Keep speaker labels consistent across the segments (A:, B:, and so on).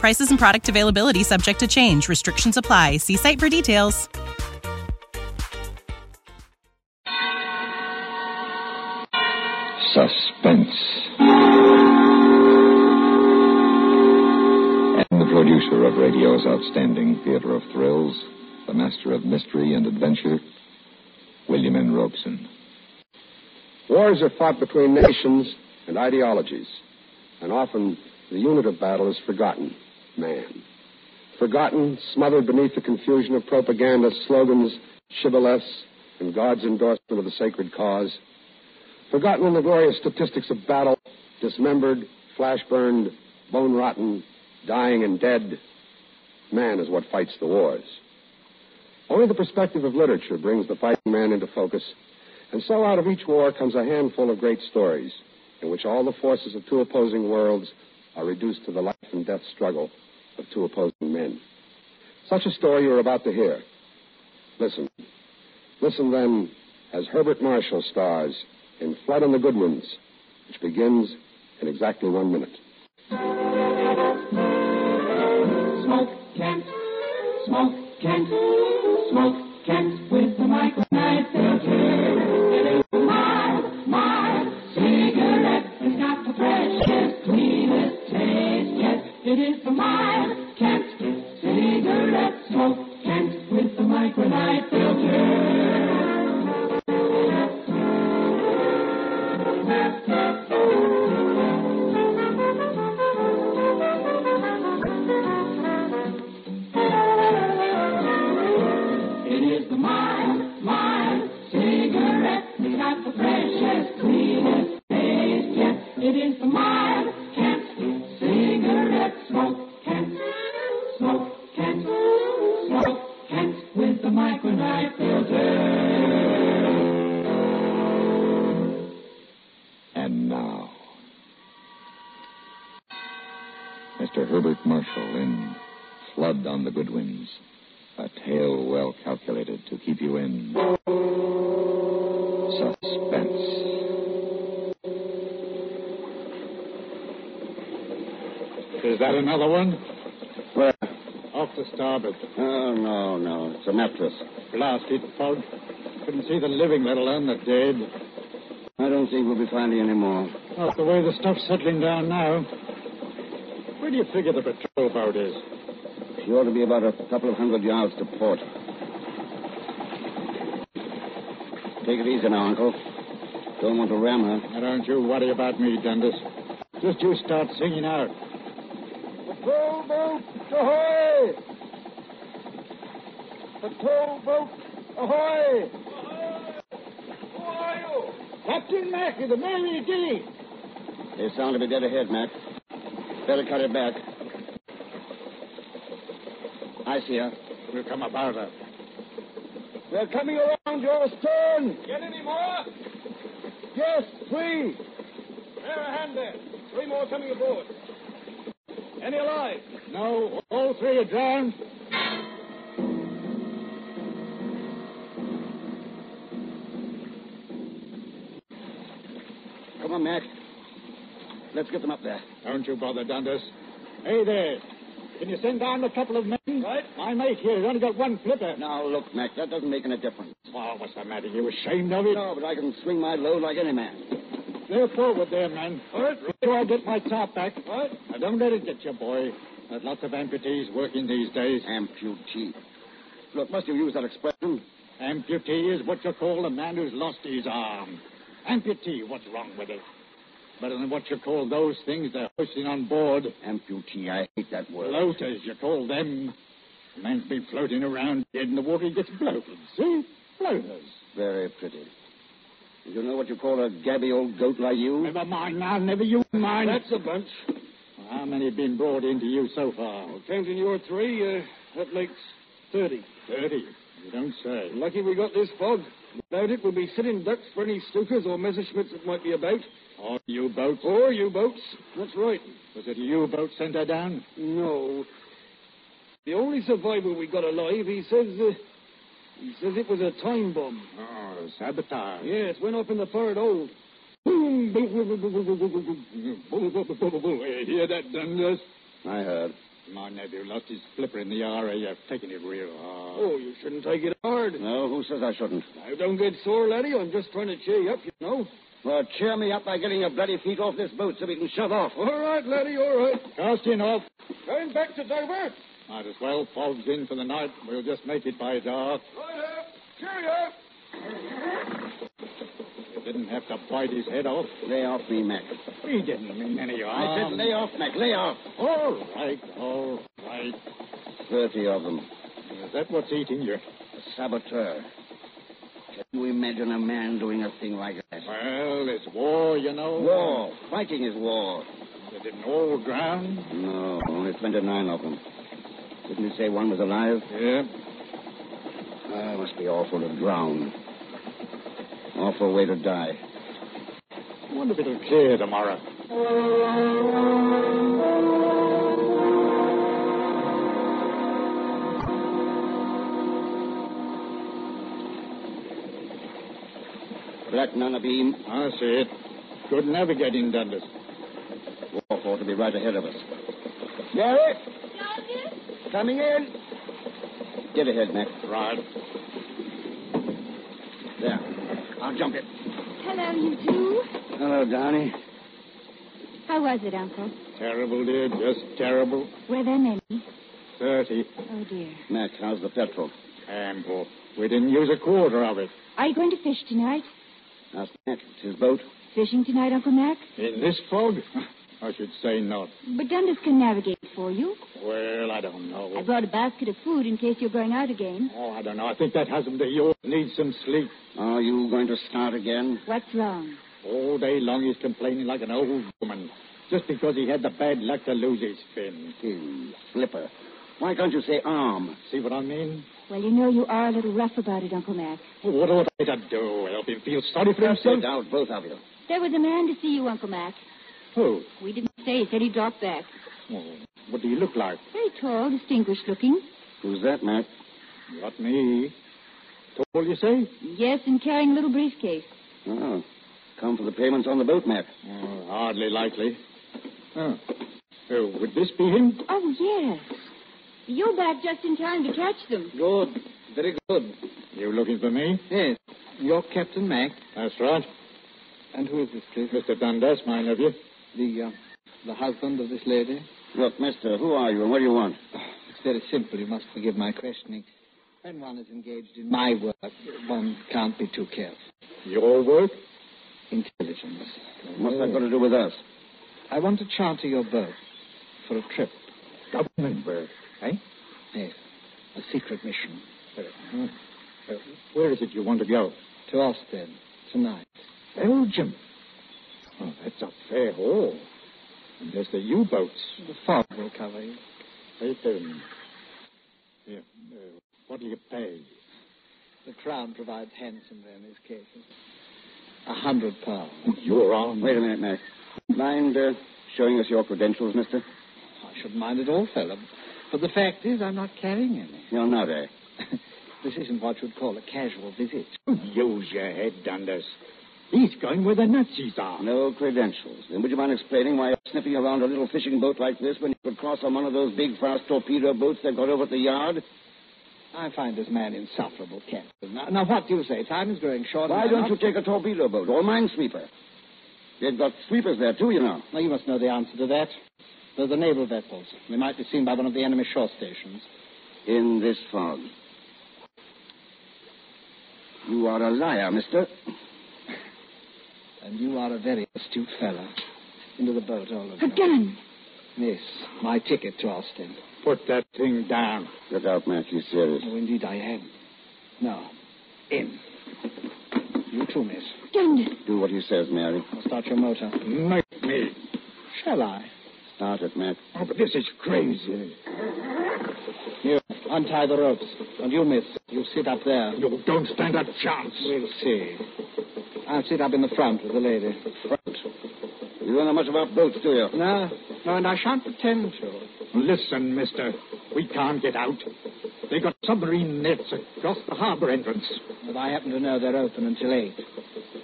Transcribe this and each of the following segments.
A: Prices and product availability subject to change. Restrictions apply. See site for details.
B: Suspense. And the producer of radio's outstanding theater of thrills, the master of mystery and adventure, William N. Robeson.
C: Wars are fought between nations and ideologies, and often the unit of battle is forgotten man. Forgotten, smothered beneath the confusion of propaganda slogans, shibboleths, and God's endorsement of the sacred cause. Forgotten in the glorious statistics of battle, dismembered, flash burned, bone rotten, dying and dead. Man is what fights the wars. Only the perspective of literature brings the fighting man into focus, and so out of each war comes a handful of great stories in which all the forces of two opposing worlds are reduced to the life and death struggle of two opposing men. Such a story you're about to hear. Listen. Listen then as Herbert Marshall stars in Flood on the Goodwins, which begins in exactly one minute.
D: Smoke Kent, Smoke Kent, Smoke Kent with the micro knife filter. It is my, my cigarette. It's got the freshest, cleanest taste yet. It is the my Kent cigarette. Smoke Kent with the micro knife filter. It is the mine, mine cigarette. It's got the freshest, cleanest taste yet. It is the mine, Kent cigarette. Smoke Kent, smoke Kent, smoke Kent with the micro knife filter.
B: And now, Mr. Herbert Marshall in Flood on the Goodwins, a tale well calculated to keep you in suspense.
E: Is that another one?
C: Where?
E: Off the starboard.
C: Oh, no, no. It's a mattress.
E: Blasted fog. Couldn't see the living, let alone the dead.
C: I don't think we'll be finding any more.
E: Not the way the stuff's settling down now. Where do you figure the patrol boat is?
C: She ought to be about a couple of hundred yards to port. Take it easy now, Uncle. Don't want to ram her.
E: Now, don't you worry about me, Dundas. Just you start singing out.
C: Patrol boat, ahoy! Patrol boat, ahoy!
E: Who are you? Captain Mackey, the Mary Dilly.
C: They sound to be dead ahead, Mac. Better cut her back. I see her.
E: We'll come about her.
C: They're coming around your stern.
E: Get any more?
C: Yes, please.
E: Bear a hand there. Three more coming aboard. Any alive? No, all three are drowned.
C: Come on, Mac. Let's get them up there.
E: Don't you bother, Dundas. Hey there. Can you send down a couple of men? Right. My mate here has only got one flipper.
C: Now, look, Mac, that doesn't make any difference.
E: Oh, what's the matter? You ashamed of it?
C: No, but I can swing my load like any man.
E: They're forward there, man. All right. Before I get my top back. What? Now, don't let it get you, boy. There's lots of amputees working these days.
C: Amputee. Look, must you use that expression?
F: Amputee is what you call a man who's lost his arm. Amputee, what's wrong with it? Better than what you call those things they're hoisting on board.
C: Amputee, I hate that word.
F: Floaters, you call them. A man's been floating around dead in the water, he gets bloated. See? Floaters.
C: Very pretty. Do you know what you call a gabby old goat like you?
F: Never mind now, never you mind.
E: That's a bunch.
F: How many have been brought into you so far?
E: Well, counting your three, uh, that makes 30.
F: Thirty. You don't say.
E: Lucky we got this fog. Without it, we'll be sitting ducks for any Stukas or Messerschmitts that might be about.
F: Or U-boats.
E: Or U-boats. That's right.
F: Was it a U-boat sent her down?
E: No. The only survivor we got alive, he says, uh, he says it was a time bomb.
F: Oh, sabotage.
E: Yes, went off in the third old. Boom, boom, boom, boom, boom, boom, boom, boom, boom, boom, boom, boom, boom, boom.
F: You hear that, Dundas?
C: I heard.
F: My nephew lost his flipper in the RAF, taking it real hard.
E: Oh, you shouldn't take it hard.
C: No, who says I shouldn't?
E: Now, don't get sore, laddie. I'm just trying to cheer you up, you know.
C: Well, cheer me up by getting your bloody feet off this boat so we can shove off.
E: All right, laddie, all right.
F: Cast in off.
E: Going back to divert.
F: Might as well. Fog's in for the night. We'll just make it by dark.
E: Right up. Cheerio.
F: He didn't have to bite his head off.
C: Lay off me, Mac.
F: He didn't mean any
C: I
F: harm.
C: said lay off, Mac, lay off.
F: All right, all right.
C: Thirty of them.
F: Is that what's eating you?
C: A saboteur. Can you imagine a man doing a thing like that?
F: Well, it's war, you know.
C: War. Fighting is war.
F: They didn't all drown.
C: No, only 29 of them. Didn't you say one was alive?
F: Yeah.
C: Ah, it must be awful to drown. Awful way to die.
F: I wonder if it'll clear tomorrow.
C: Black nana beam.
F: I see it. Good navigating, Dundas.
C: Wharf ought to be right ahead of us. Gary, coming in. Get ahead, Mac.
F: Right.
C: There. I'll jump it.
D: Hello, you two.
C: Hello, Donnie.
D: How was it, Uncle?
F: Terrible, dear. Just terrible.
D: Were there many?
F: Thirty.
D: Oh, dear.
C: Mac, how's the petrol?
F: Ample. uh, We didn't use a quarter of it.
D: Are you going to fish tonight?
C: Ask Mac. It's his boat.
D: Fishing tonight, Uncle Mac?
F: In this fog? I should say not.
D: But Dundas can navigate for you.
F: Well, I don't know.
D: I brought a basket of food in case you're going out again.
F: Oh, I don't know. I think that husband of yours needs some sleep.
C: Are you going to start again?
D: What's wrong?
F: All day long he's complaining like an old woman. Just because he had the bad luck to lose his fin.
C: Him, flipper. Why can't you say arm?
F: See what I mean?
D: Well, you know you are a little rough about it, Uncle Mac.
F: What ought I to do? Help him feel sorry for
C: Sit
F: himself?
C: down, both of you.
D: There was a man to see you, Uncle Mac.
F: Who?
D: We didn't say. He said he dropped back.
F: Oh, what do you look like?
D: Very tall, distinguished looking.
C: Who's that, Mac?
F: Not me. Tall, you say?
D: Yes, and carrying a little briefcase.
C: Oh, come for the payments on the boat, Mac.
F: Oh, hardly likely. Oh. oh. Would this be him?
D: Oh, yes. You're back just in time to catch them.
G: Good. Very good.
F: You looking for me?
G: Yes. You're Captain Mac.
F: That's right.
G: And who is this, please?
F: Mr. Dundas, my nephew.
G: The, uh, the husband of this lady?
C: Look, mister, who are you and what do you want?
G: It's very simple. You must forgive my questioning. When one is engaged in my work, one can't be too careful.
F: Your work?
G: Intelligence.
C: What's
F: Oh.
C: that got to do with us?
G: I want to charter your boat for a trip. Eh?
F: Government work.
G: Yes. A secret mission.
F: Uh-huh. Uh, Where is it you want to go?
G: To Ostend tonight.
F: Belgium. Oh, that's a fair haul. And there's the U-boats.
G: The fog will cover you.
F: Right there. Here, uh, what'll you pay?
G: The Crown provides handsomely in these cases. A hundred pounds.
F: Your arm.
C: Wait a minute, Mac. Mind uh, showing us your credentials, mister?
G: I shouldn't mind at all, fellow. But the fact is, I'm not carrying any.
C: You're not, eh?
G: This isn't what you'd call a casual visit.
F: Use your head, Dundas. He's going where the Nazis are.
C: No credentials. Then would you mind explaining why you're sniffing around a little fishing boat like this when you could cross on one of those big, fast torpedo boats they've got over at the yard?
G: I find this man insufferable, Captain. Now, now what do you say? Time is growing short.
C: Why
G: and I'm
C: don't you
G: not-
C: take a torpedo boat or minesweeper? They've got sweepers there, too, you know.
G: Now, you must know the answer to that. They're the naval vessels. They might be seen by one of the enemy shore stations.
C: In this fog. You are a liar, mister. And you are a very astute fellow. Into the boat, all of
D: A
C: you.
D: gun.
C: Yes, my ticket to Alston.
F: Put that thing down.
B: Look out, Mac. He's serious.
C: Oh, indeed, I am. Now, in. You too, miss.
D: Gun.
B: Do what he says, Mary.
C: I'll start your motor.
F: Make me.
C: Shall I?
B: Start it, Mac.
F: Oh, but this is crazy.
C: You, untie the ropes. And you, miss, you sit up there.
F: You don't stand a chance.
C: We'll see. I'll sit up in the front with the lady. Front.
B: You don't know much about boats, do you?
C: No, no, and I shan't pretend to.
F: Listen, mister. We can't get out. They got submarine nets across the harbor entrance.
C: But I happen to know they're open until eight.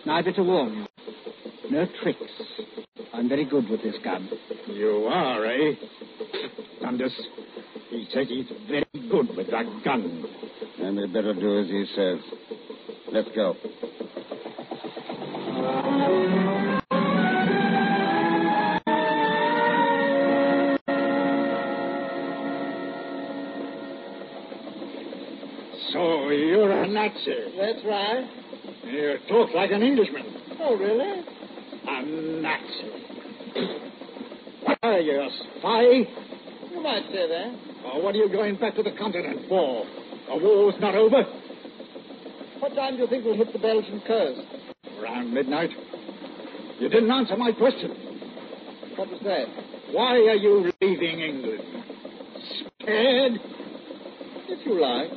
C: Neither to warn you. No tricks. I'm very good with this gun.
F: You are, eh? Dundas. He says he's very good with that gun.
B: Then they better do as he says. Let's go.
F: So you're a Nazi.
C: That's right.
F: You talk like an Englishman.
C: Oh, really?
F: A Nazi. What are you, a spy?
C: You might say that.
F: Or what are you going back to the continent for? The war's not over.
C: What time do you think we'll hit the Belgian coast?
F: Around midnight. You didn't answer my question.
C: What was that?
F: Why are you leaving England? Scared?
C: If you like.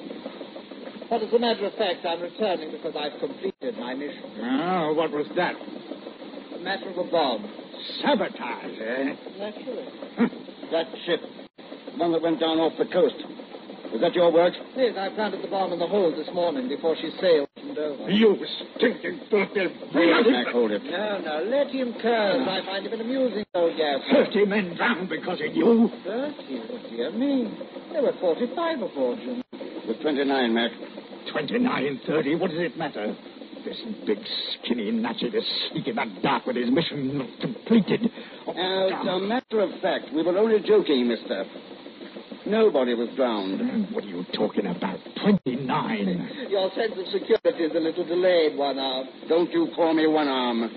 C: But as a matter of fact, I'm returning because I've completed my mission.
F: Oh, what was that?
C: The matter of a bomb.
F: Sabotage, eh?
C: Naturally.
B: That ship. The one that went down off the coast. Was that your work?
C: Yes, I planted the bomb in the hold this morning before she sailed from Dover.
F: You stinking bloody
B: Hold it, Mac. Hold it.
C: No, no, let him curse. I find him an amusing old gas.
F: Thirty men drowned because of you.
C: Thirty, oh, dear me. There were forty-five aboard you.
B: With 29, Mac.
F: Twenty-nine, thirty, what does it matter? This big, skinny Nazi to sneak in that dark with his mission not completed. Oh,
B: As a
F: God.
B: matter of fact, we were only joking, mister. Nobody was drowned.
F: What are you talking about? Twenty-nine.
C: Your sense of security is a little delayed, one hour.
B: Don't you call me one arm.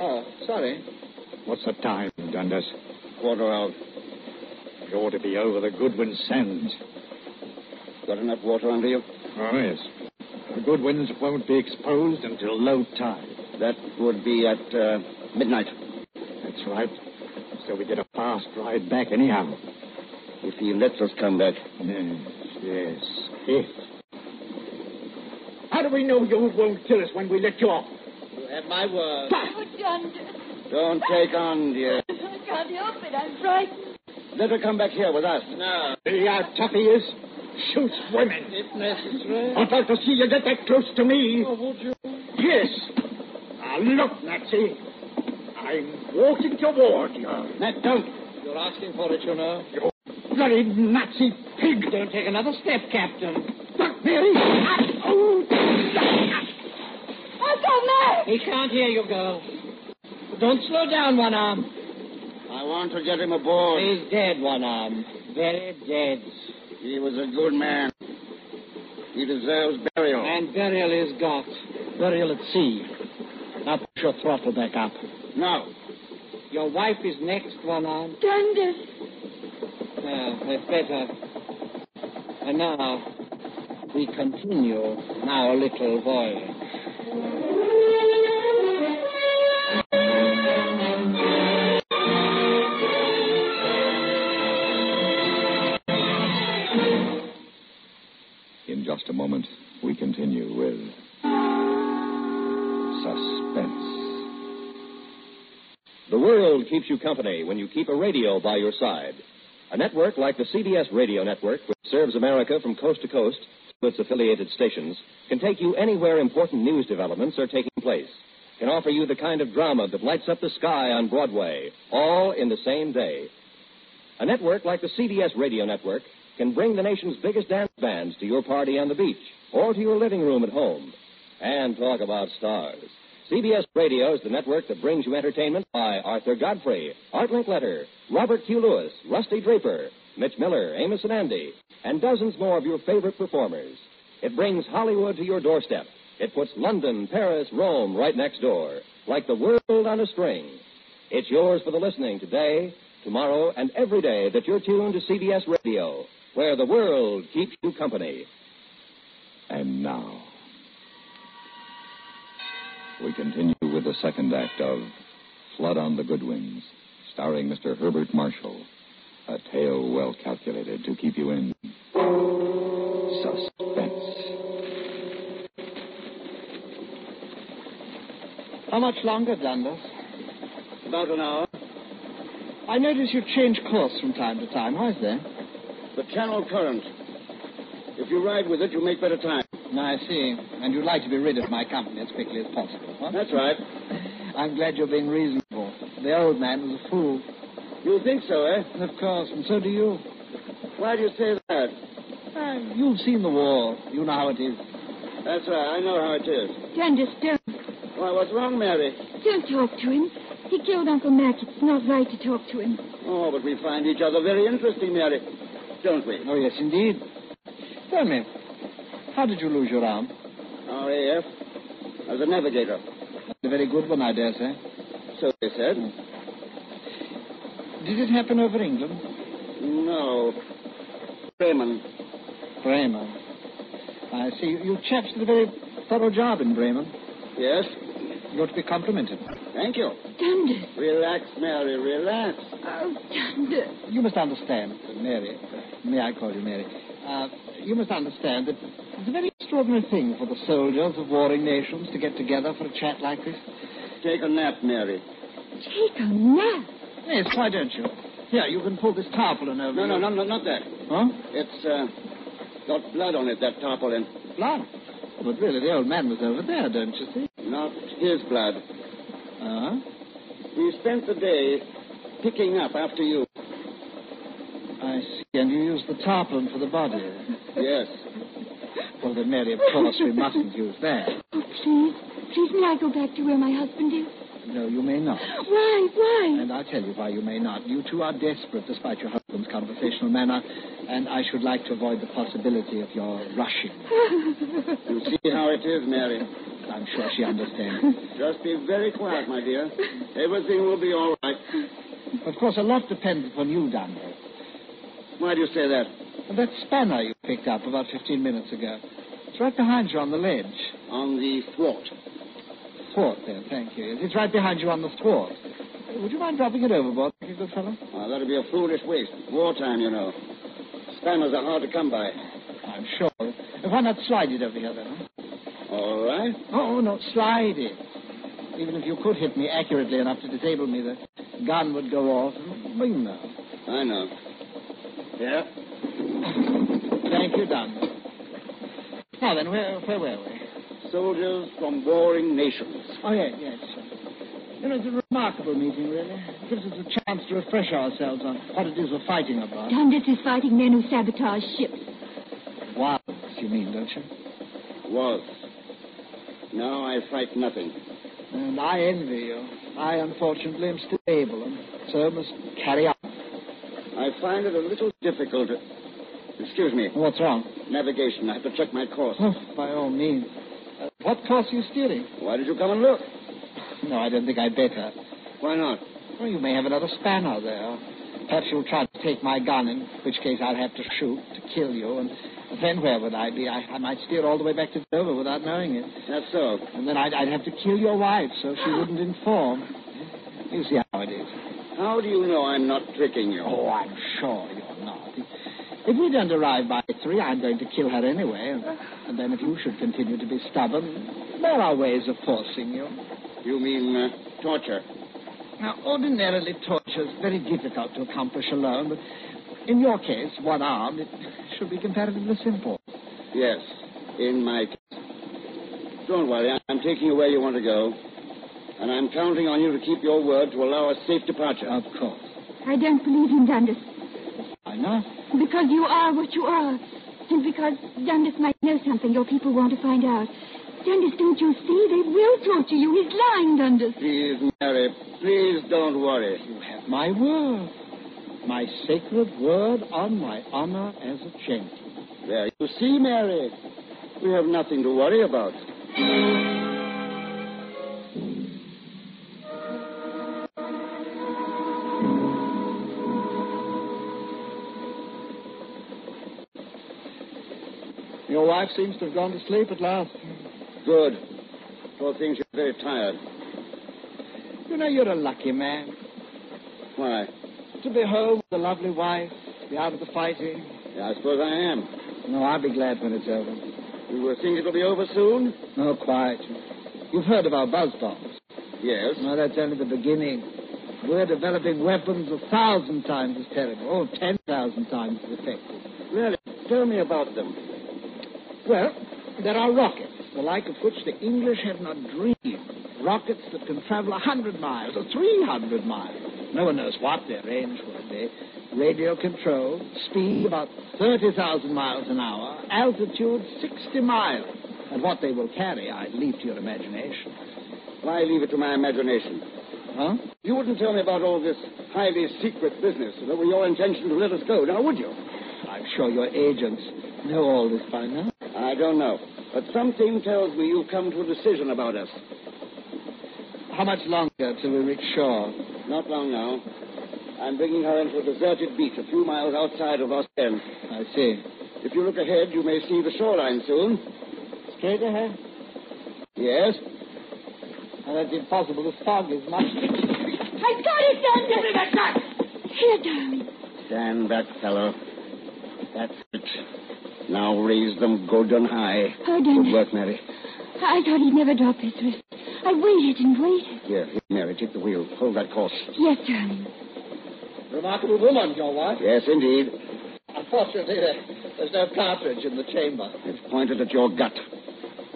C: Oh, sorry.
F: What's the time, Dundas?
B: Quarter out.
F: We ought to be over the Goodwin Sands.
B: Got enough water under you?
F: Oh, yes. The Goodwins won't be exposed until low tide.
B: That would be at uh, midnight.
F: That's right. So we get a fast ride back anyhow.
B: If he lets us come back.
F: Yes, yes, yes. How do we know you won't kill us when we let you off?
C: You have my word.
D: Oh, Dundas.
B: Don't take on, dear.
D: I can't help it. I'm frightened.
B: Let her come back here with us.
C: No,
F: See how tough he is? Shoots women.
C: if necessary.
F: I'd like to see you get that close to me.
C: Oh, would you?
F: Yes. Now look, Nazi. I'm walking toward you.
B: Mac, don't.
C: You're asking for it, you know.
F: Bloody Nazi pig.
C: Don't take another step, Captain.
F: Look, Mary. Ah, Oh,
D: I don't know.
C: He can't hear you, girl. Don't slow down, one arm.
B: I want to get him aboard.
C: He's dead, one arm. Very dead.
B: He was a good man. He deserves burial.
C: And burial is got. Burial at sea. Now push your throttle back up.
B: No.
C: Your wife is next, one arm.
D: Dundas.
C: Now, that's better. And now, we continue our little voyage.
B: In just a moment, we continue with suspense.
H: The world keeps you company when you keep a radio by your side. A network like the CBS radio network, which serves America from coast to coast through its affiliated stations, can take you anywhere important news developments are taking place, can offer you the kind of drama that lights up the sky on Broadway, all in the same day. A network like the CBS radio network can bring the nation's biggest dance bands to your party on the beach or to your living room at home. And talk about stars. CBS Radio is the network that brings you entertainment by Arthur Godfrey, Art Linkletter, Robert Q. Lewis, Rusty Draper, Mitch Miller, Amos and Andy, and dozens more of your favorite performers. It brings Hollywood to your doorstep
I: It puts London, Paris, Rome right next door, like the world on a string. It's yours for the listening today, tomorrow, and every day that you're tuned to CBS Radio, where the world keeps you company.
B: And now, we continue with the second act of Flood on the Goodwins, starring Mr. Herbert Marshall. A tale well calculated to keep you in suspense.
F: How much longer, Dundas?
C: About an hour.
F: I notice you change course from time to time. Why is that?
C: The channel current. If you ride with it, you make better time.
F: I see. And you'd like to be rid of my company as quickly as possible, huh?
C: That's right.
F: I'm glad you're being reasonable. The old man was a fool.
C: You think so, eh?
F: Of course, and so do you.
C: Why do you say that?
F: Ah, you've seen the war. You know how it is.
C: That's right. I know how it is.
D: Dundas, don't.
C: Why, what's wrong, Mary?
D: Don't talk to him. He killed Uncle Mac. It's not right to talk to him.
C: Oh, but we find each other very interesting, Mary. Don't we?
F: Oh, yes, indeed. Tell me, how did you lose your arm?
C: RAF. Oh, As a navigator.
F: A very good one, I dare say.
C: So they said.
F: Did it happen over England? Hmm.
C: No. Bremen.
F: Bremen. I see. You chaps did a very thorough job in Bremen.
C: Yes.
F: You ought to be complimented.
C: Thank you.
D: Dundas.
C: Relax, Mary, relax.
D: Oh, Dundas.
F: You must understand, Mary. May I call you Mary? Uh, you must understand that it's a very extraordinary thing for the soldiers of warring nations to get together for a chat like this.
C: Take a nap, Mary.
D: Take a nap?
F: Yes, why don't you? Here, you can pull this tarpaulin over.
C: No, no,
F: your-
C: no, no, not that.
F: Huh?
C: It's uh, got blood on it, that tarpaulin.
F: Blood. But really, the old man was over there, don't you see?
C: Not his blood.
F: Uh-huh.
C: We spent the day picking up after you.
F: I see. And you used the tarpaulin for the body.
C: Yes.
F: Well, then, Mary, of course, we mustn't use that.
D: Oh, please. Please, may I go back to where my husband is?
F: No, you may not.
D: Why? Why?
F: And I'll tell you why you may not. You two are desperate, despite your husband's conversational manner, and I should like to avoid the possibility of your rushing.
C: You see how it is, Mary.
F: I'm sure she understands.
C: Just be very quiet, my dear. Everything will be all right.
F: of course, a lot depends upon you, Dunbar.
C: Why do you say that?
F: That spanner you picked up about 15 minutes ago. It's right behind you on the ledge.
C: On the thwart.
F: Thwart there, thank you. It's right behind you on the thwart. Would you mind dropping it overboard, you good fellow?
C: Well, that'd be a foolish waste. Wartime, you know. Spanners are hard to come by.
F: I'm sure. Why not slide it over here, then? huh?
C: All right.
F: Oh, no, slide it. Even if you could hit me accurately enough to disable me, the gun would go off. Well, you know.
C: I know. Yeah.
F: Thank you, Dunn. Now then, where, where were we?
C: Soldiers from warring nations.
F: Oh, yes, yes. You know, it's a remarkable meeting, really. It gives us a chance to refresh ourselves on what it is we're fighting about.
D: Dundas is fighting men who sabotage ships.
F: Wiles, you mean, don't you?
C: Was. Now I fight nothing.
F: And I envy you. I, unfortunately, am still able, and so must carry on.
C: I find it a little difficult to... Excuse me.
F: What's wrong?
C: Navigation. I have to check my course.
F: Oh, by all means. Uh, what course are you steering?
C: Why did you come and look?
F: No, I don't think I better.
C: Why not?
F: Well, you may have another spanner there. Perhaps you'll try to take my gun, in which case I'll have to shoot to kill you, and then where would I be? I, I might steer all the way back to Dover without knowing it.
C: That's so.
F: And then I'd, I'd have to kill your wife so she wouldn't inform. You see how it is.
C: How do you know I'm not tricking you?
F: Oh, I'm sure you're not. If we don't arrive by three, I'm going to kill her anyway. And, and then if you should continue to be stubborn, there are ways of forcing you.
C: You mean uh, torture?
F: Now, ordinarily, torture is very difficult to accomplish alone, but in your case, one arm, it should be comparatively simple.
C: Yes, in my case. Don't worry, I- I'm taking you where you want to go. And I'm counting on you to keep your word to allow a safe departure.
F: Of course.
D: I don't believe in Dundas.
F: Why not?
D: Because you are what you are. And because Dundas might know something your people want to find out. Dundas, don't you see? They will torture you. He's lying, Dundas.
C: Please, Mary, please don't worry.
F: You have my word. My sacred word on my honor as a gentleman.
C: There, you see, Mary, we have nothing to worry about.
J: Your wife seems to have gone to sleep at last.
C: Good. Poor thing, she's very tired.
J: You know, you're a lucky man.
C: Why?
J: To be home with a lovely wife, be out of the fighting.
C: Yeah, I suppose I am.
J: No, I'll be glad when it's over.
C: You were thinking it'll be over soon?
J: No, quiet. You've heard of our buzz bombs.
C: Yes.
J: No, that's only the beginning. We're developing weapons a thousand times as terrible, or ten thousand times as effective.
C: Really? Tell me about them.
J: Well, there are rockets, the like of which the English have not dreamed. Rockets that can travel a hundred miles or three hundred miles. No one knows what their range will be. Radio control, speed about 30,000 miles an hour, altitude 60 miles. And what they will carry, I leave to your imagination.
C: Why leave it to my imagination?
J: Huh?
C: You wouldn't tell me about all this highly secret business if it were your intention to let us go, now would you?
J: I'm sure your agents know all this by now.
C: I don't know. But something tells me you've come to a decision about us.
J: How much longer till we reach shore?
C: Not long now. I'm bringing her into a deserted beach a few miles outside of Los End.
J: I see.
C: If you look ahead, you may see the shoreline soon.
J: Straight ahead?
C: Yes?
J: Well, that's impossible. The fog is much.
D: I've got it, Dunder! Give me that knife! Here, darling.
C: Stand back, fellow. That's it. Now raise them good and high.
D: Oh, Dunder.
C: Good work, Mary.
D: I thought he'd never drop his wrist. I waited and waited.
C: Here, here, Mary, take the wheel. Hold that course.
D: Yes, darling.
J: Remarkable woman, your wife.
C: Yes, indeed.
J: Unfortunately, there- there's no cartridge in the chamber.
C: It's pointed at your gut.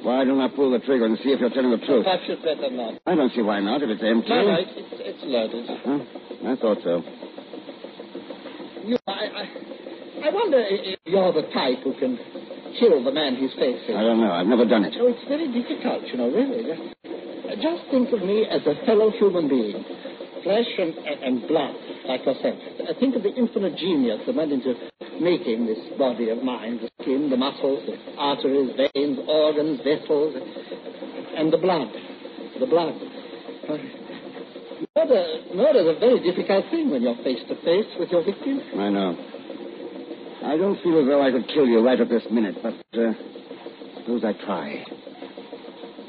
C: Why don't I pull the trigger and see if you're telling the truth?
J: Perhaps you'd better not.
C: I don't see why not if it's empty.
J: No, no, it's, it's, it's loaded.
C: Huh? I thought so.
J: You, I, I, I wonder i- if you're the type who can kill the man he's facing.
C: I don't know. I've never done it.
J: Oh, it's very difficult, you know, really. Just, just think of me as a fellow human being, flesh and, and blood, like yourself. Think of the infinite genius that went into making this body of mine, the skin, the muscles, the arteries, veins, organs, vessels, and the blood. The blood. Murder, murder is a very difficult thing when you're face to face with your victim.
C: I know. I don't feel as though I could kill you right at this minute, but uh, suppose I try.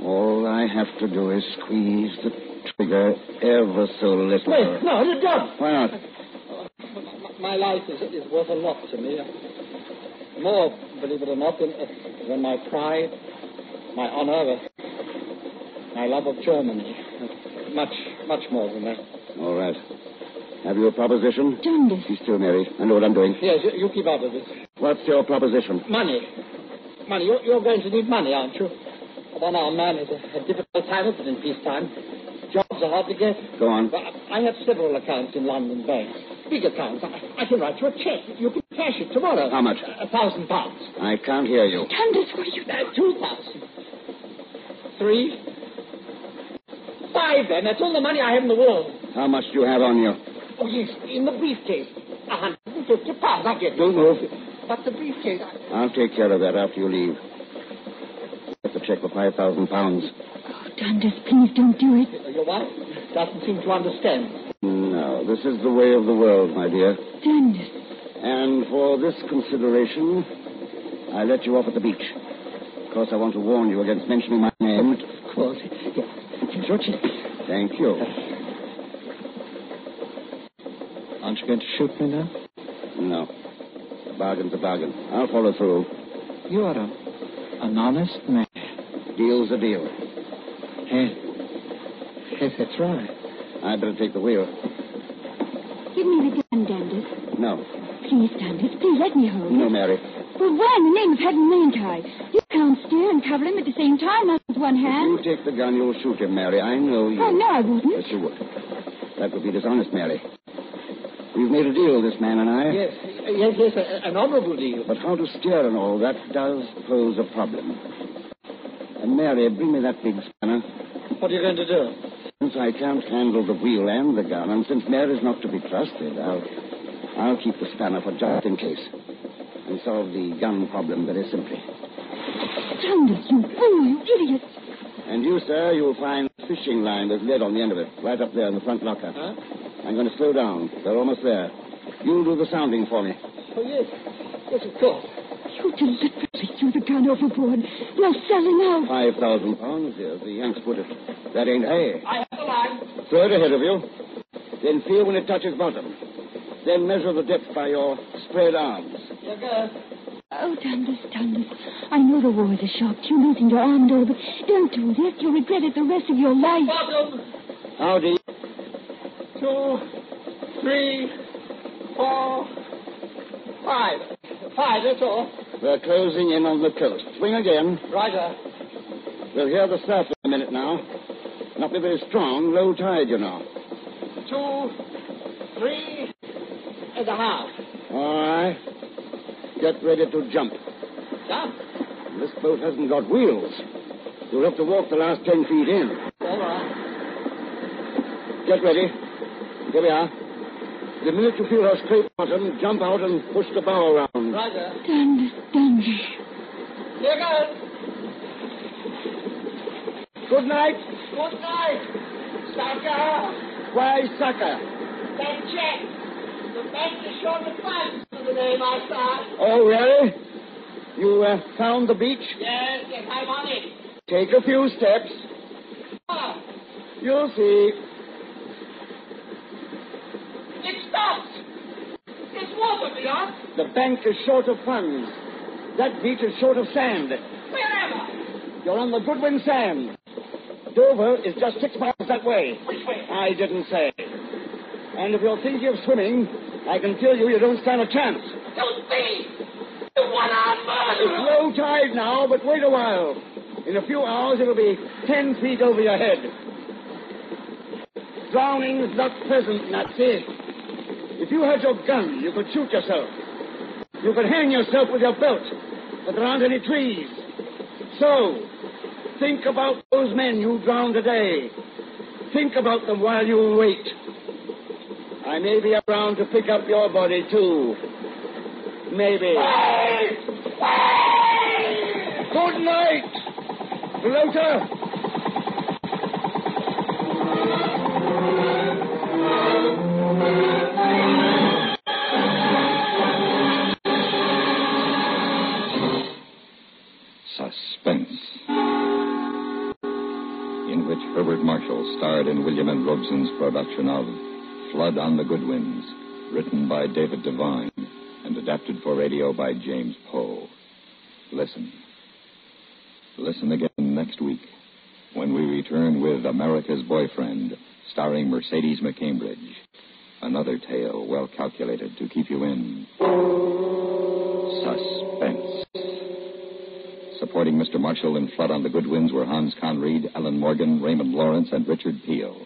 C: All I have to do is squeeze the trigger ever so little.
J: Wait, no, you don't.
C: Why not?
J: My life is, is worth a lot to me. More, believe it or not, than, than my pride, my honor, my love of Germany. Much, much more than that.
C: All right. Have you a proposition?
D: Dunder.
C: Be still, Mary. I know what I'm doing.
J: Yes, you, you keep out of this.
C: What's your proposition?
J: Money. Money. You're, you're going to need money, aren't you? One armed man is a, a difficult time, isn't it, in peacetime? Jobs are hard to get.
C: Go on.
J: Well, I have several accounts in London banks. Big accounts. I, I can write you a check. You can cash it tomorrow.
C: How much?
J: A thousand pounds.
C: I can't hear you.
D: Dundas, what are you
J: Uh, two thousand. Three. Five, then. That's all the money I have in the world.
C: How much do you have on you?
J: Oh, yes, in the briefcase. A hundred and fifty pounds. I get
C: Don't move.
J: But the briefcase, I...
C: I'll take care of that after you leave. Get the check for 5,000 pounds.
D: Oh, Dundas, please don't do it.
J: Your wife doesn't seem to understand.
C: No, this is the way of the world, my dear.
D: Dundas.
C: And for this consideration, I let you off at the beach. Of course, I want to warn you against mentioning my name.
J: Of course. Yes. Here's your check.
C: Thank you.
J: Aren't you going to shoot me now?
C: No. A bargain's a bargain. I'll follow through.
J: You are a, an honest man.
C: Deal's a deal.
J: Yes. Yes, that's right.
C: I'd better take the wheel.
D: Give me the gun, Dundas.
C: No.
D: Please, Dundas, please let me hold
C: No,
D: it.
C: Mary.
D: Well, why in the name of heaven mayn't I? You can't steer and cover him at the same time, not with one hand.
C: If you take the gun, you'll shoot him, Mary. I know you.
D: Oh, no, I wouldn't.
C: Yes, you would. That would be dishonest, Mary. We've made a deal, this man and I.
J: Yes, yes, yes, a, an honorable deal.
C: But how to steer and all, that does pose a problem. And Mary, bring me that big spanner.
J: What are you going to do?
C: Since I can't handle the wheel and the gun, and since Mary's not to be trusted, I'll, I'll keep the spanner for just in case. And solve the gun problem very simply.
D: Dundas, you fool, you idiot.
C: And you, sir, you'll find a fishing line with lead on the end of it, right up there in the front locker. I'm going to slow down. They're almost there. You'll do the sounding for me.
J: Oh, yes. Yes, of course.
D: You deliberately threw the gun overboard. You're selling out.
C: Five thousand pounds. Here's the Yanks put it. That ain't hay.
J: I have the line.
C: Throw it ahead of you. Then feel when it touches bottom. Then measure the depth by your spread arms.
J: Your girl.
D: Oh, Dundas, Dundas. I know the war is a shock. You're losing your arm, though, but don't do this. You'll regret it the rest of your life.
J: Bottom.
C: How do you...
J: Two, three, four, five. Five, that's all.
C: We're closing in on the coast. Swing again.
J: Roger.
C: We'll hear the surf in a minute now. Not be very strong. Low tide, you know.
J: Two, three, and a half.
C: All right. Get ready to jump.
J: Jump.
C: This boat hasn't got wheels. You'll have to walk the last ten feet in.
J: All right.
C: Get ready. Here we are. The minute you feel her scrape bottom, jump out and push the bow around.
J: Roger.
D: Dundas, Dundas.
J: Here goes.
C: Good night.
J: Good night. Sucker.
C: Why, sucker.
J: That check. The bank is short of funds for the day, my son.
C: Oh, really? You uh, found the beach?
J: Yes, yes, I'm on it.
C: Take a few steps.
J: Ah,
C: You'll see.
J: it stops. It's water, Beyond.
C: The bank is short of funds. That beach is short of sand.
J: Wherever.
C: You're on the Goodwin Sand. Dover is just six miles that way.
J: Which way?
C: I didn't say. And if you're thinking of swimming, I can tell you you don't stand a chance.
J: Don't be. The one-armed
C: It's
J: murderer.
C: low tide now, but wait a while. In a few hours, it'll be ten feet over your head. Drowning's not pleasant, Nazi. If you had your gun, you could shoot yourself. You could hang yourself with your belt, but there aren't any trees. So, think about those men you drowned today. Think about them while you wait. I may be around to pick up your body, too. Maybe. Good night, Bloater.
B: Suspense, in which Herbert Marshall starred in William and Robson's production of Flood on the Goodwins, written by David Devine and adapted for radio by James Poe. Listen. Listen again next week when we return with America's Boyfriend, starring Mercedes McCambridge. Another tale well calculated to keep you in suspense. Supporting Mr. Marshall in Flood on the Goodwins were Hans Conried, Ellen Morgan, Raymond Lawrence, and Richard Peel.